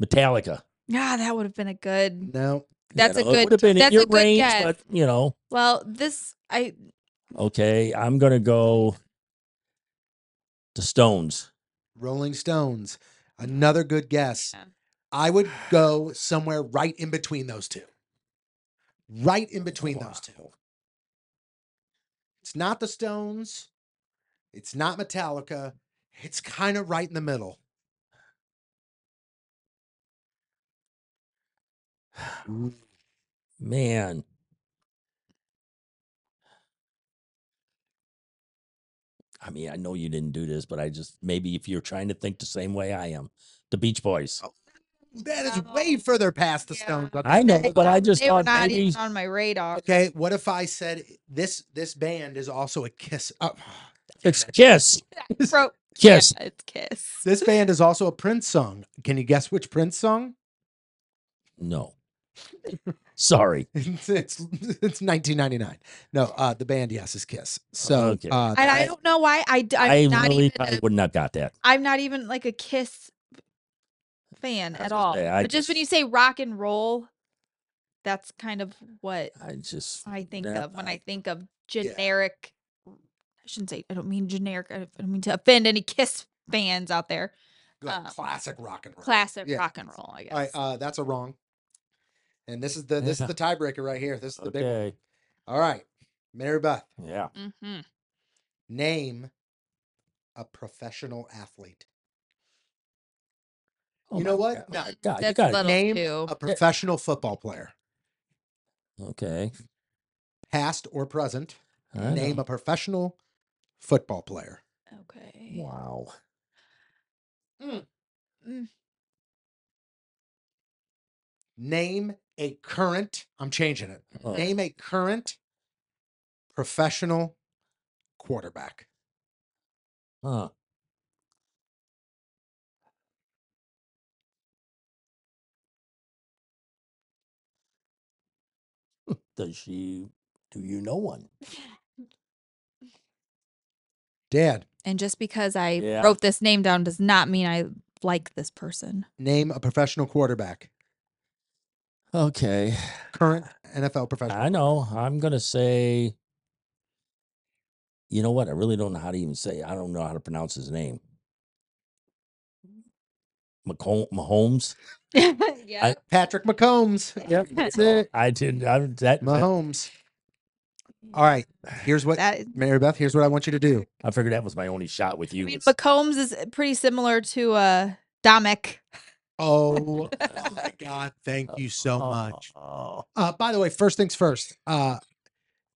Metallica. Ah, that would have been a good. no. You That's a know, It good. would have been in that's your a good range, guess. but you know. Well, this I Okay, I'm gonna go the Stones. Rolling Stones. Another good guess. Yeah. I would go somewhere right in between those two. Right in between those two. Oh, Wow. It's not the Stones. It's not Metallica. It's kind of right in the middle. Man. I mean, I know you didn't do this, but I just maybe if you're trying to think the same way I am, the Beach Boys. That is way further past the Yeah. Stones. okay? I know, but I just they were thought not maybe even on my radar. Okay, what if I said this this band is also a Kiss? <sighs> Oh, it's Kiss. Bro, Kiss. yeah, it's kiss. this band is also a Prince song. Can you guess which Prince song? <laughs> No. Sorry. <laughs> It's it's, it's 1999. No, uh, the band yes is Kiss. So Oh, Okay. uh, And I that- don't know why I d- I'm i not really even probably a, wouldn't have got that. I'm not even like a Kiss fan I was at gonna all. say, I but just when you just- say rock and roll, that's kind of what I just I think Yeah, of when I- I think of generic. I shouldn't say. I don't mean generic. I don't mean to offend any Kiss fans out there. like uh, classic rock and roll. Classic Yeah. rock and roll. I guess. All right, uh, that's a wrong. And this is the this Yeah. is the tiebreaker right here. This is the big one. okay. All right, Mary Beth, Yeah. Mm-hmm. name a professional athlete. Oh You know my what? God. No, Oh my God, you that's got it. little Name too. a professional football player, Okay. past or present. I Name know. a professional football player. Okay. Wow. Name a current. I'm changing it. Oh. Name a current professional quarterback. Huh. Hmm, Does she? Do you know one? Dad, And just because I Yeah. wrote this name down does not mean I like this person. <laughs> name a professional quarterback. Okay, Current NFL professional. I know. I'm gonna say. You know what? I really don't know how to even say. I don't know how to pronounce his name. McCom- Mahomes. yeah. Ah. Patrick McCombs. Yep, <laughs> that's it. I didn't. I, that, that Mahomes. All right, here's what That Mary Beth. Here's what I want you to do. I figured that was my only shot with you. I mean, was- McCombs is uh, pretty similar to uh Domik. Oh <laughs> my God! Thank you so much. Oh, Uh, by the way, first things first. Uh,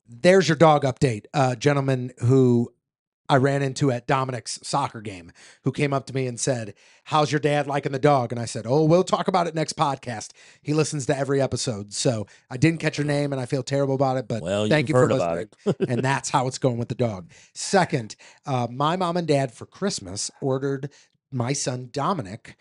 there's your dog update, uh, gentleman who I ran into at Dominic's soccer game, who came up to me and said, How's your dad liking the dog? And I said, Oh, we'll talk about it next podcast. He listens to every episode. So I didn't catch your name and I feel terrible about it, but well, thank you've you for heard about listening. and that's how it's going with the dog. Second, uh, my mom and dad for Christmas ordered my son Dominic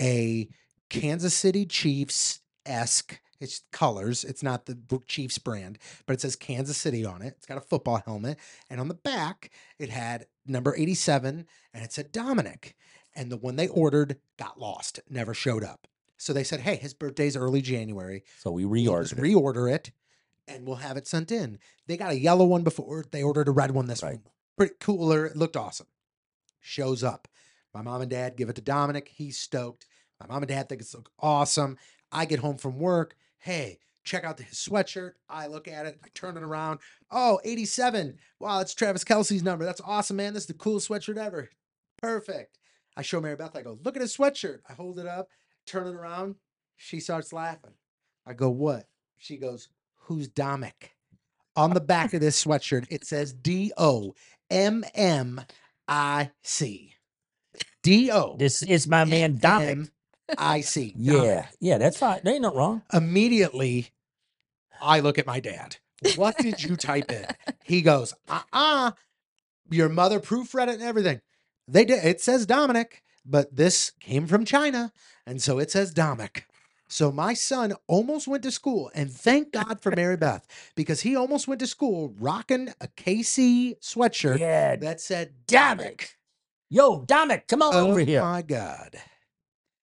a Kansas City Chiefs esque. It's colors. It's not the b- Chiefs brand, but it says Kansas City on it. It's got a football helmet, and on the back it had number eighty-seven, and it said Dominic. And the one they ordered got lost, never showed up. So they said, "Hey, his birthday's early January. So we We'll just reordered. it. reorder it, and we'll have it sent in. They got a yellow one before. They ordered a red one this Right. week. Pretty cooler. It looked awesome. Shows up. My mom and dad give it to Dominic. He's stoked. My mom and dad think it's look awesome. I get home from work. Hey, check out his sweatshirt. I look at it. I turn it around. Oh, 87. Wow, that's Travis Kelsey's number. That's awesome, man. This is the coolest sweatshirt ever. Perfect. I show Mary Beth. I go, look at his sweatshirt. I hold it up, turn it around. She starts laughing. I go, what? She goes, who's Dominic? On the back of this sweatshirt, it says D O M M I C. D O. This is my man Dominic. I see. <laughs> Yeah, yeah, that's fine. They ain't not wrong. Immediately, I look at my dad. What did you type in? <laughs> He goes, uh uh your mother proofread it and everything. They did. It says Dominic, but this came from China. And so it says Dominic. So my son almost went to school. And thank God for <laughs> Mary Beth because he almost went to school rocking a KC sweatshirt Yeah, that said Dominic. Dominic. Yo, Dominic, come on Oh over here. my God.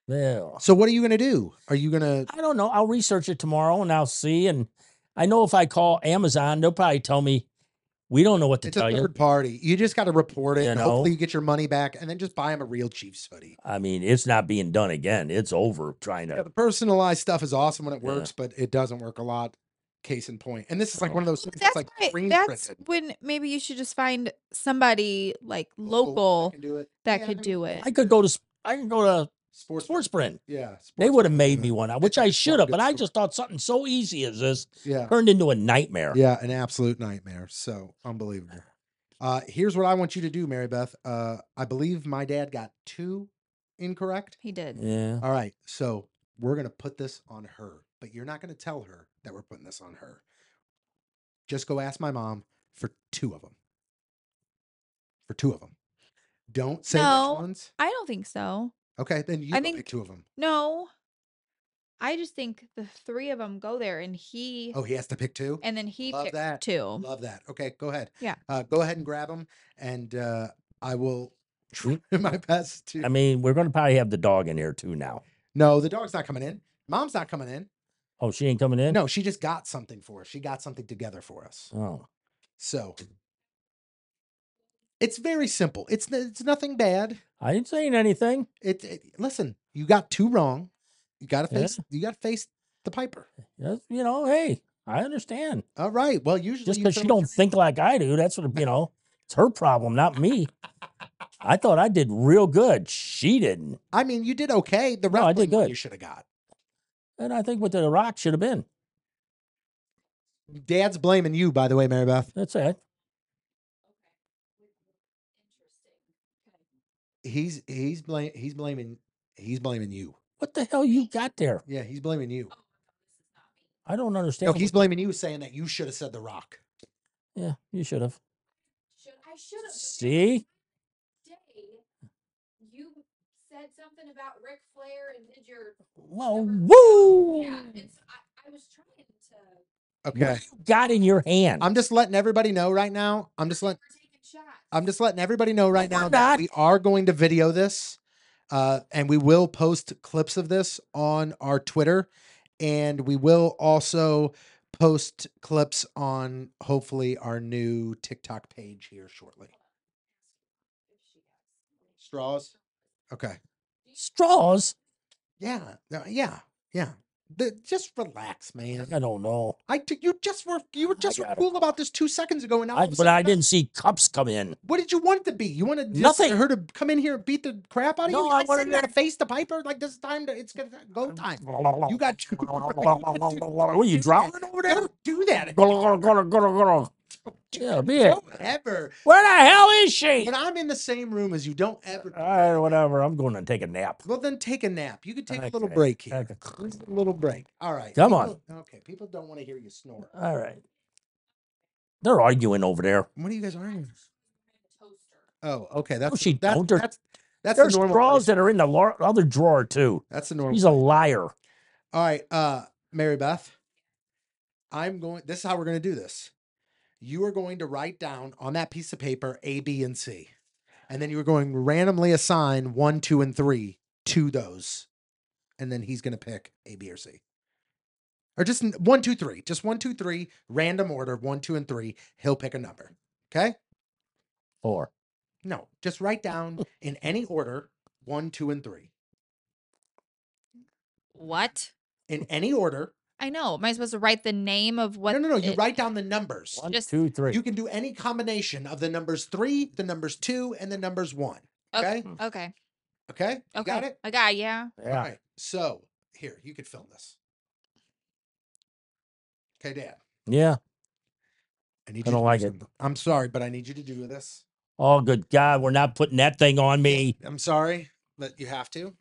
Well, So what are you going to do? Are you going to I don't know. I'll research it tomorrow and I'll see. And I know if I call Amazon, they'll probably tell me we don't know what to It's a tell third you. party. You just got to report it, You and hopefully know? you get your money back, and then just buy him a real Chiefs hoodie. I mean, it's not being done again. It's over trying Yeah, to. the personalized stuff is awesome when it Yeah. works, but it doesn't work a lot. Case in point, and this is like Oh. one of those things That's that's like why- screen that's printed. when maybe you should just find somebody like Local, that local can do it. that Yeah, could do it. I could go to. s- I could go to Sports, Sports Print. yeah. Sports They would have print, made yeah. me one, That's which a I lot should of have. good But I stories. just thought something so easy as this yeah, turned into a nightmare. yeah, an absolute nightmare. So <sighs> unbelievable. Uh, here's what I want you to do, Mary Beth. Uh, I believe my dad got two incorrect. He did. Yeah. All right. So we're going to put this on her, but you're not going to tell her that we're putting this on her. Just go ask my mom for two of them. For two of them. Don't say No. which ones. I don't think so. Okay. Then you I go think- pick two of them. No. I just think the three of them go there and he Oh, he has to pick two? and then he love picked that. two. Love that. Okay. Go ahead. Yeah. Uh, go ahead and grab them. And uh, I will <laughs> try Mm. my best to. I mean, we're going to probably have the dog in here too now. no, the dog's not coming in. Mom's not coming in. Oh, she ain't coming in. No, she just got something for us. She got something together for us. Oh. So it's very simple. It's n- it's nothing bad. I ain't saying anything. It, it- listen, you got two wrong. You got to Yeah. face you got to face the piper. That's- You know, hey, I understand. All right. Well, usually Just you because she throw- don't think like I do, that's what <laughs> you know. It's her problem, not me. I thought I did real good. She didn't, I mean, you did okay. The No, I did wrestling one good. you should have got. and I think what the rock should have been. Dad's blaming you, by the way, Mary Beth. That's it. He's he's blame he's blaming he's blaming you. What the hell you got there? Yeah, he's blaming you. I don't No, understand. he's what- blaming you, saying that you should have said the Rock. yeah, you should have. See, Oh, you said something about Ric Flair and did your well, Never- woo! yeah. And so I, I was trying to Okay, You got in your hand. I'm just letting everybody know right now. I'm just letting we're taking shots. I'm just letting everybody know right we're now that not. we are going to video this, uh, and we will post clips of this on our Twitter, and we will also post clips on hopefully our new TikTok page here shortly. Straws. Okay. Straws. Yeah. no, Yeah. Yeah. The- just relax, man. I don't know. I t- you just were you were just were got a cool about this two seconds ago, and now all I, of a but sudden I you're not. didn't see cups come in. What did you want it to be? You wanted just Nothing. her to come in here and beat the crap out of No, you? I said wanted you gotta her- face the piper. Like this is time to it's gonna go time. You <laughs> got two. <laughs> Were you drowning over there? Don't do that. Gurgle, gurgle, gurgle, gurgle. <laughs> Yeah, be it. Don't ever. Where the hell is she? When I'm in the same room as you, don't ever. All right, whatever. I'm going to take a nap. Well, then take a nap. You could take a little Okay, break here. okay. Just a little break. All right. Come on. people- Okay. People don't want to hear you snore. All right. They're arguing over there. What are you guys arguing? Oh, okay. That's she that's don't. They're- that's that's There's the normal. straws place. that are in the lar- other drawer too. That's the normal. He's a liar. All right, uh, Mary Beth. I'm going this is how we're gonna do this. You are going to write down on that piece of paper A, B, and C. And then you're going to randomly assign one, two, and three to those. And then he's gonna pick A, B, or C. Or just n- one, two, three. Just one, two, three, random order, one, two, and three. He'll pick a number. Okay? Four. No. Just write <laughs> down in any order one, two, and three. What? In any order. I know. Am I supposed to write the name of what? no, no, no. You it- write down the numbers. One, Just- two, three. You can do any combination of the numbers three, the numbers two, and the numbers one. Okay. Okay. Okay. You Okay. got it? I got it, yeah. yeah. All right. So here, you could film this. Okay, Dad. Yeah. I need I you don't to like it. do something. I'm sorry, but I need you to do this. Oh, good God. We're not putting that thing on me. I'm sorry, but you have to.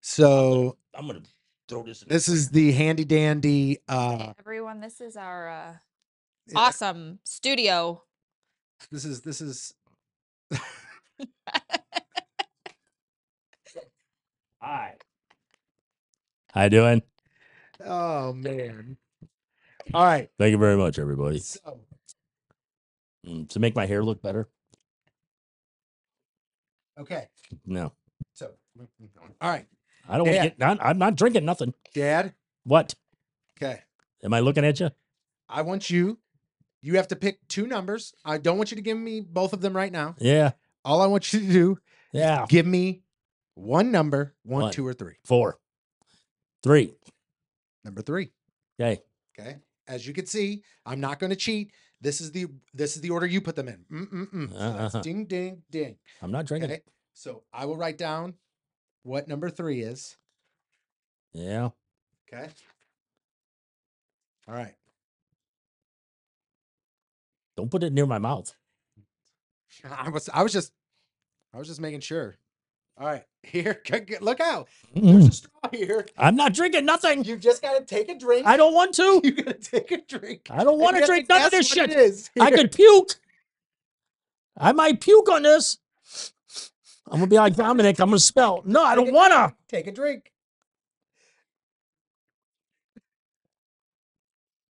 So I'm going to throw this. In. this is the handy dandy Hey, uh everyone, this is our uh, Yeah. awesome studio. this is this is Hi. How you doing? oh man. All right. Thank you very much, everybody. So Mm, to make my hair look better? okay. No. So all right. I don't want Yeah. to get. Not, I'm not drinking nothing. Dad. What? Okay. Am I looking at you? I want you. You have to pick two numbers. I don't want you to give me both of them right now. Yeah. All I want you to do, Yeah. give me one number, one, Oh. One. two, or three. Four. Three. Number three. Okay. Okay. As you can see, I'm not going to cheat. This is the this is the order you put them in. Mm-mm-mm. So that's Uh-huh. ding, ding, ding. I'm not drinking. Okay. So I will write down what number three is. Yeah. Okay. All right. <laughs> Don't put it near my mouth. I was I was just I was just making sure. All right. <laughs> Here, look out. There's a Mm-mm. straw here. I'm not drinking nothing. You just gotta take a drink. I don't want to. <laughs> You gotta take a drink. I don't want to drink none of this shit. I I could. could puke. I might puke on this. I'm gonna be like Dominic. I'm gonna spell. No, I don't wanna. take a drink.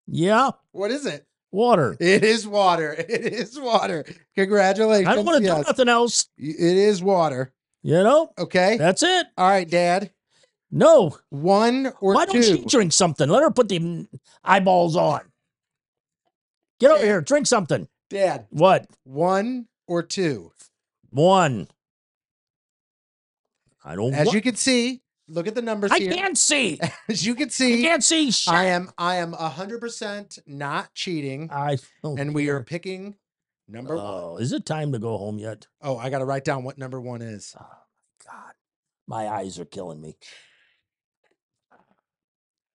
Yeah, What is it? water. It is water. <laughs> It is water. Congratulations. I don't want to do yes. nothing else. Y- It is water. You know. Okay. That's it. All right, Dad. No. One or Why 2 don't she drink something? Let her put the eyeballs on. Get over Yeah. here. Drink something. Dad. What? One or two. One. I don't. As wa- you can see, look at the numbers I here. can't see. I <laughs> As you can see, can't see. Shit. I am I am hundred percent not cheating, I. don't and we are care. picking number one. Oh, is it time to go home yet? Oh, I gotta write down what number one is. Oh my god, my eyes are killing me.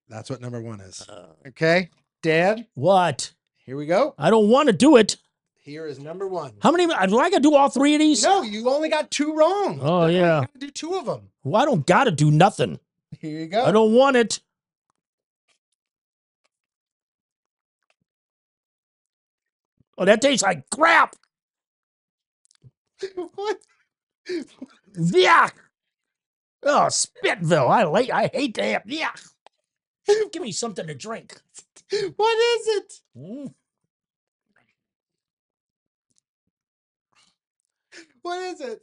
That's what number one is. Uh, Okay, Dad. what? Here we go. I don't want to do it. Here is number one. How many? Do I gotta do all three of these? No, you only got two wrong. Oh yeah. You gotta do two of them. Well, I don't gotta do nothing. Here you go. I don't want it. Oh, that tastes like crap. <laughs> what? Yeah. Oh, Spitville. I like. I hate to have. Yeah. <sniffs> Give me something to drink. What is it? Mm. What is it?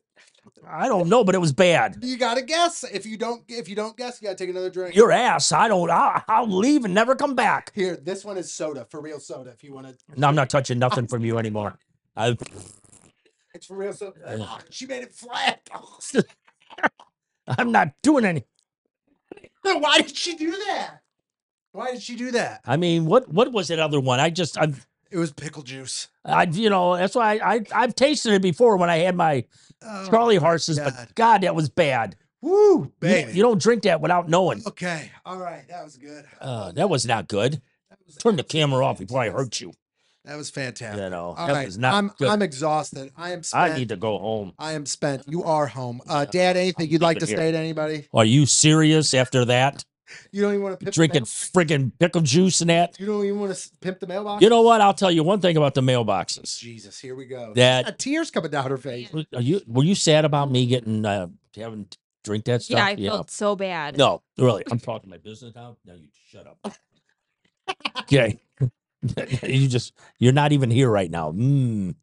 I don't know, but it was bad. You gotta guess. If you don't, if you don't guess, you gotta take another drink. Your ass. I don't. I, I'll leave and never come back. Here, this one is soda for real soda. If you want to, No, I'm not touching nothing from you anymore. I, It's for real soda. Ugh. Ah, she made it flat. <laughs> <laughs> I'm not doing any. Then Why did she do that? Why did she do that? I mean, what what was that other one? I just, I've, It was pickle juice. I, you know, that's why I, I I've tasted it before when I had my Oh, Charlie horses, God. but God, that was bad. Woo, You, don't- baby. Oh, you don't drink that without knowing. okay, all right, that was good. Uh, that was not good. That was Turn the absolutely camera off before I hurt you. That was fantastic. You know, All that right, was not I'm good. I'm exhausted. I am I spent. need to go home. I am spent. You are home. Uh, Dad, anything you'd like to leaving say to anybody? Are you serious after that? You don't even want to pimp the Drinking mailbox? friggin' pickle juice and that? You don't even want to pimp the mailbox. You know what? I'll tell you one thing about the mailboxes. Jesus, here we go. That- Uh, tears coming down her face. Are you were you sad about me getting uh having to drink that stuff? Yeah, I felt so bad. No, <laughs> really. I'm talking my business now. Now you shut up. okay. <laughs> you just you're not even here right now. Mm.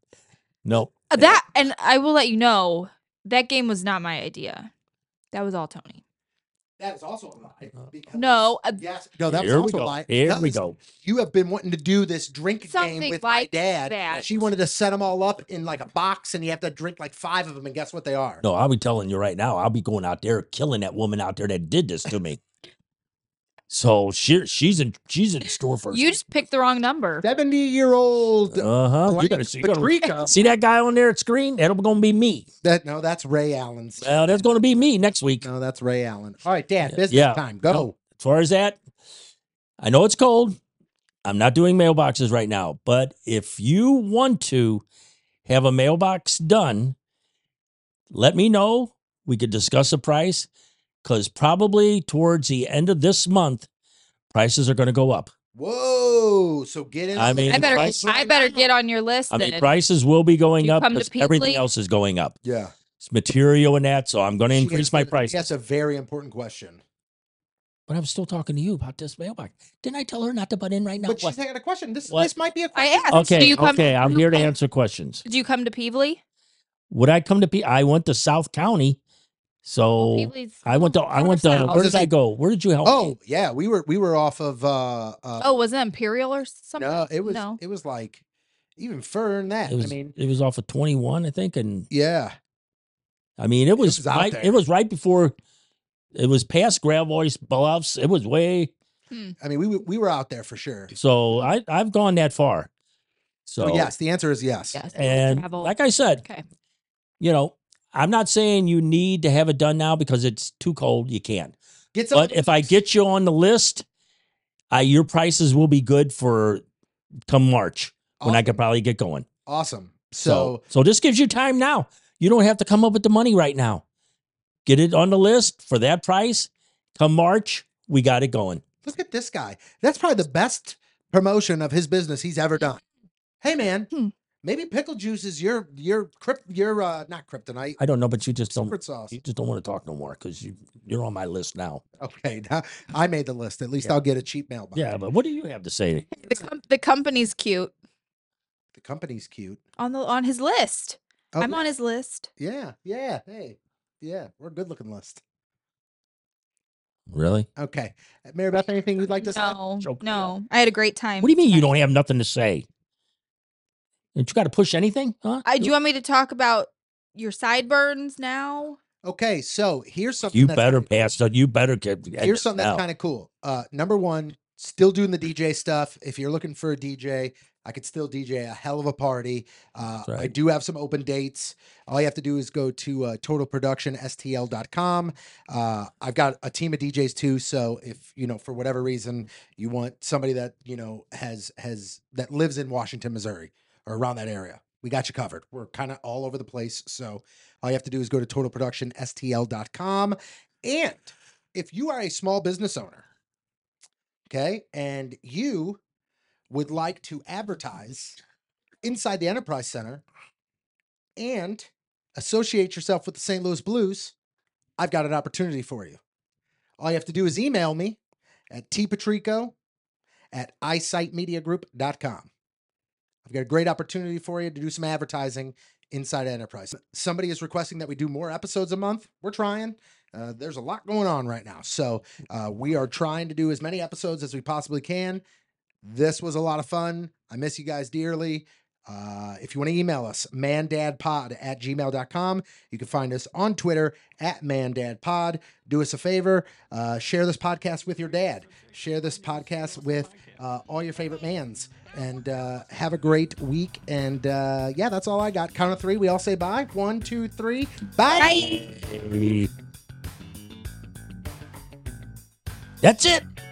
Nope. Uh, That and I will let you know that game was not my idea. That was all Tony. That is also a lie. because- No, uh, Yes. No, Oh, that was Here we also a go. lie. Here That we was- go. You have been wanting to do this drink game Something with my like dad. that. She wanted to set them all up in like a box, and you have to drink like five of them. And guess what they are? No, I'll be telling you right now. I'll be going out there killing that woman out there that did this to me. so she she's in she's in store for You just picked the wrong number. Seventy-year-old. uh huh. You blank gotta see. You gotta, <laughs> Patrica. see that guy on there at screen? That'll gonna be me. That no, that's Ray Allen's. Well, that's gonna be me next week. No, that's Ray Allen. All right, Dad, Yeah, business yeah. time. Go. No. as far as that, I know it's cold. I'm not doing mailboxes right now, but if you want to have a mailbox done, let me know. We could discuss a price because probably towards the end of this month, prices are going to go up. Whoa! So get in. I on the mean, I better price- I better get on your list. I mean, then. prices will be going you up come to because Peasley? everything else is going up. yeah. It's material and that, so I'm going to She increase my answered- price. That's a very important question. But I'm still talking to you about this mailbox. Didn't I tell her not to butt in right now? But What? she's not got a question. This What? this might be a I question. asked. do Okay, you come, okay. I'm here to come- answer questions. Do you come to Peevely? Would I come to P? I went to South County, so Oh, Peevely's Oh, I went to I farther went to south. where did I Honestly- go? Where did you help? me? Oh yeah, we were we were off of uh, uh Oh, was it Imperial or something? no, it was no. it was like even further than that. it was I mean, it was off of twenty one, I think, and yeah, I mean it was, was out right. there. It was right before it was past Gravois Bluffs. It was way I mean we were- we were out there for sure. so I I've gone that far. So, So, Oh, yes, the answer is yes. Yes, you and travel. like I said, okay. you know, I'm not saying you need to have it done now because it's too cold. You can't. Get some. But if I get you on the list, I, your prices will be good for come March when I Awesome. could probably get going. awesome. So, So, so this gives you time now. You don't have to come up with the money right now. Get it on the list for that price. Come March, we got it going. look at this guy. That's probably the best promotion of his business he's ever done. Hey man, Hmm. maybe pickle juice is your your crypt your uh not kryptonite. I don't know, but you just don't. Secret sauce. You just don't want to talk no more because you you're on my list now. Okay, <laughs> now I made the list. At least Yeah. I'll get a cheap mailbox. Yeah, but what do you have to say? The, com- the company's cute the company's cute. on the on his list. Oh, I'm on his list. Yeah, yeah. Hey, yeah, we're a good looking list. Really? Okay, Uh, Mary Beth, anything you'd like to say? No, joke me no. I had a great time. What do you mean you don't have nothing to say? Don't you got to push anything? Huh? I do you want me to talk about your sideburns now? Okay, so here's something. You that's better kinda cool. pass. You better get. Here's something that's kind of cool. Uh, number one, still doing the DJ stuff. If you're looking for a DJ, I could still DJ a hell of a party. Uh, That's I right. do have some open dates. All you have to do is go to uh, totalproductionstl.com. Uh, I've got a team of DJs too. So if you know for whatever reason you want somebody that you know has has that lives in Washington, Missouri, or around that area. We got you covered. We're kind of all over the place. So all you have to do is go to totalproductionstl.com. And if you are a small business owner, okay, and you would like to advertise inside the Enterprise Center and associate yourself with the St. Louis Blues, I've got an opportunity for you. All you have to do is email me at tpatrico at eyesightmediagroup.com. I've got a great opportunity for you to do some advertising inside Enterprise. Somebody is requesting that we do more episodes a month. We're trying. Uh, there's a lot going on right now. So uh, we are trying to do as many episodes as we possibly can. This was a lot of fun. I miss you guys dearly. Uh, if you want to email us, mandadpod at gmail.com. You can find us on Twitter at mandadpod. Do us a favor, uh, share this podcast with your dad. Share this podcast with uh, all your favorite mans. And uh, have a great week. And uh, yeah, that's all I got. Count of three. We all say bye. One, two, three. Bye. That's it.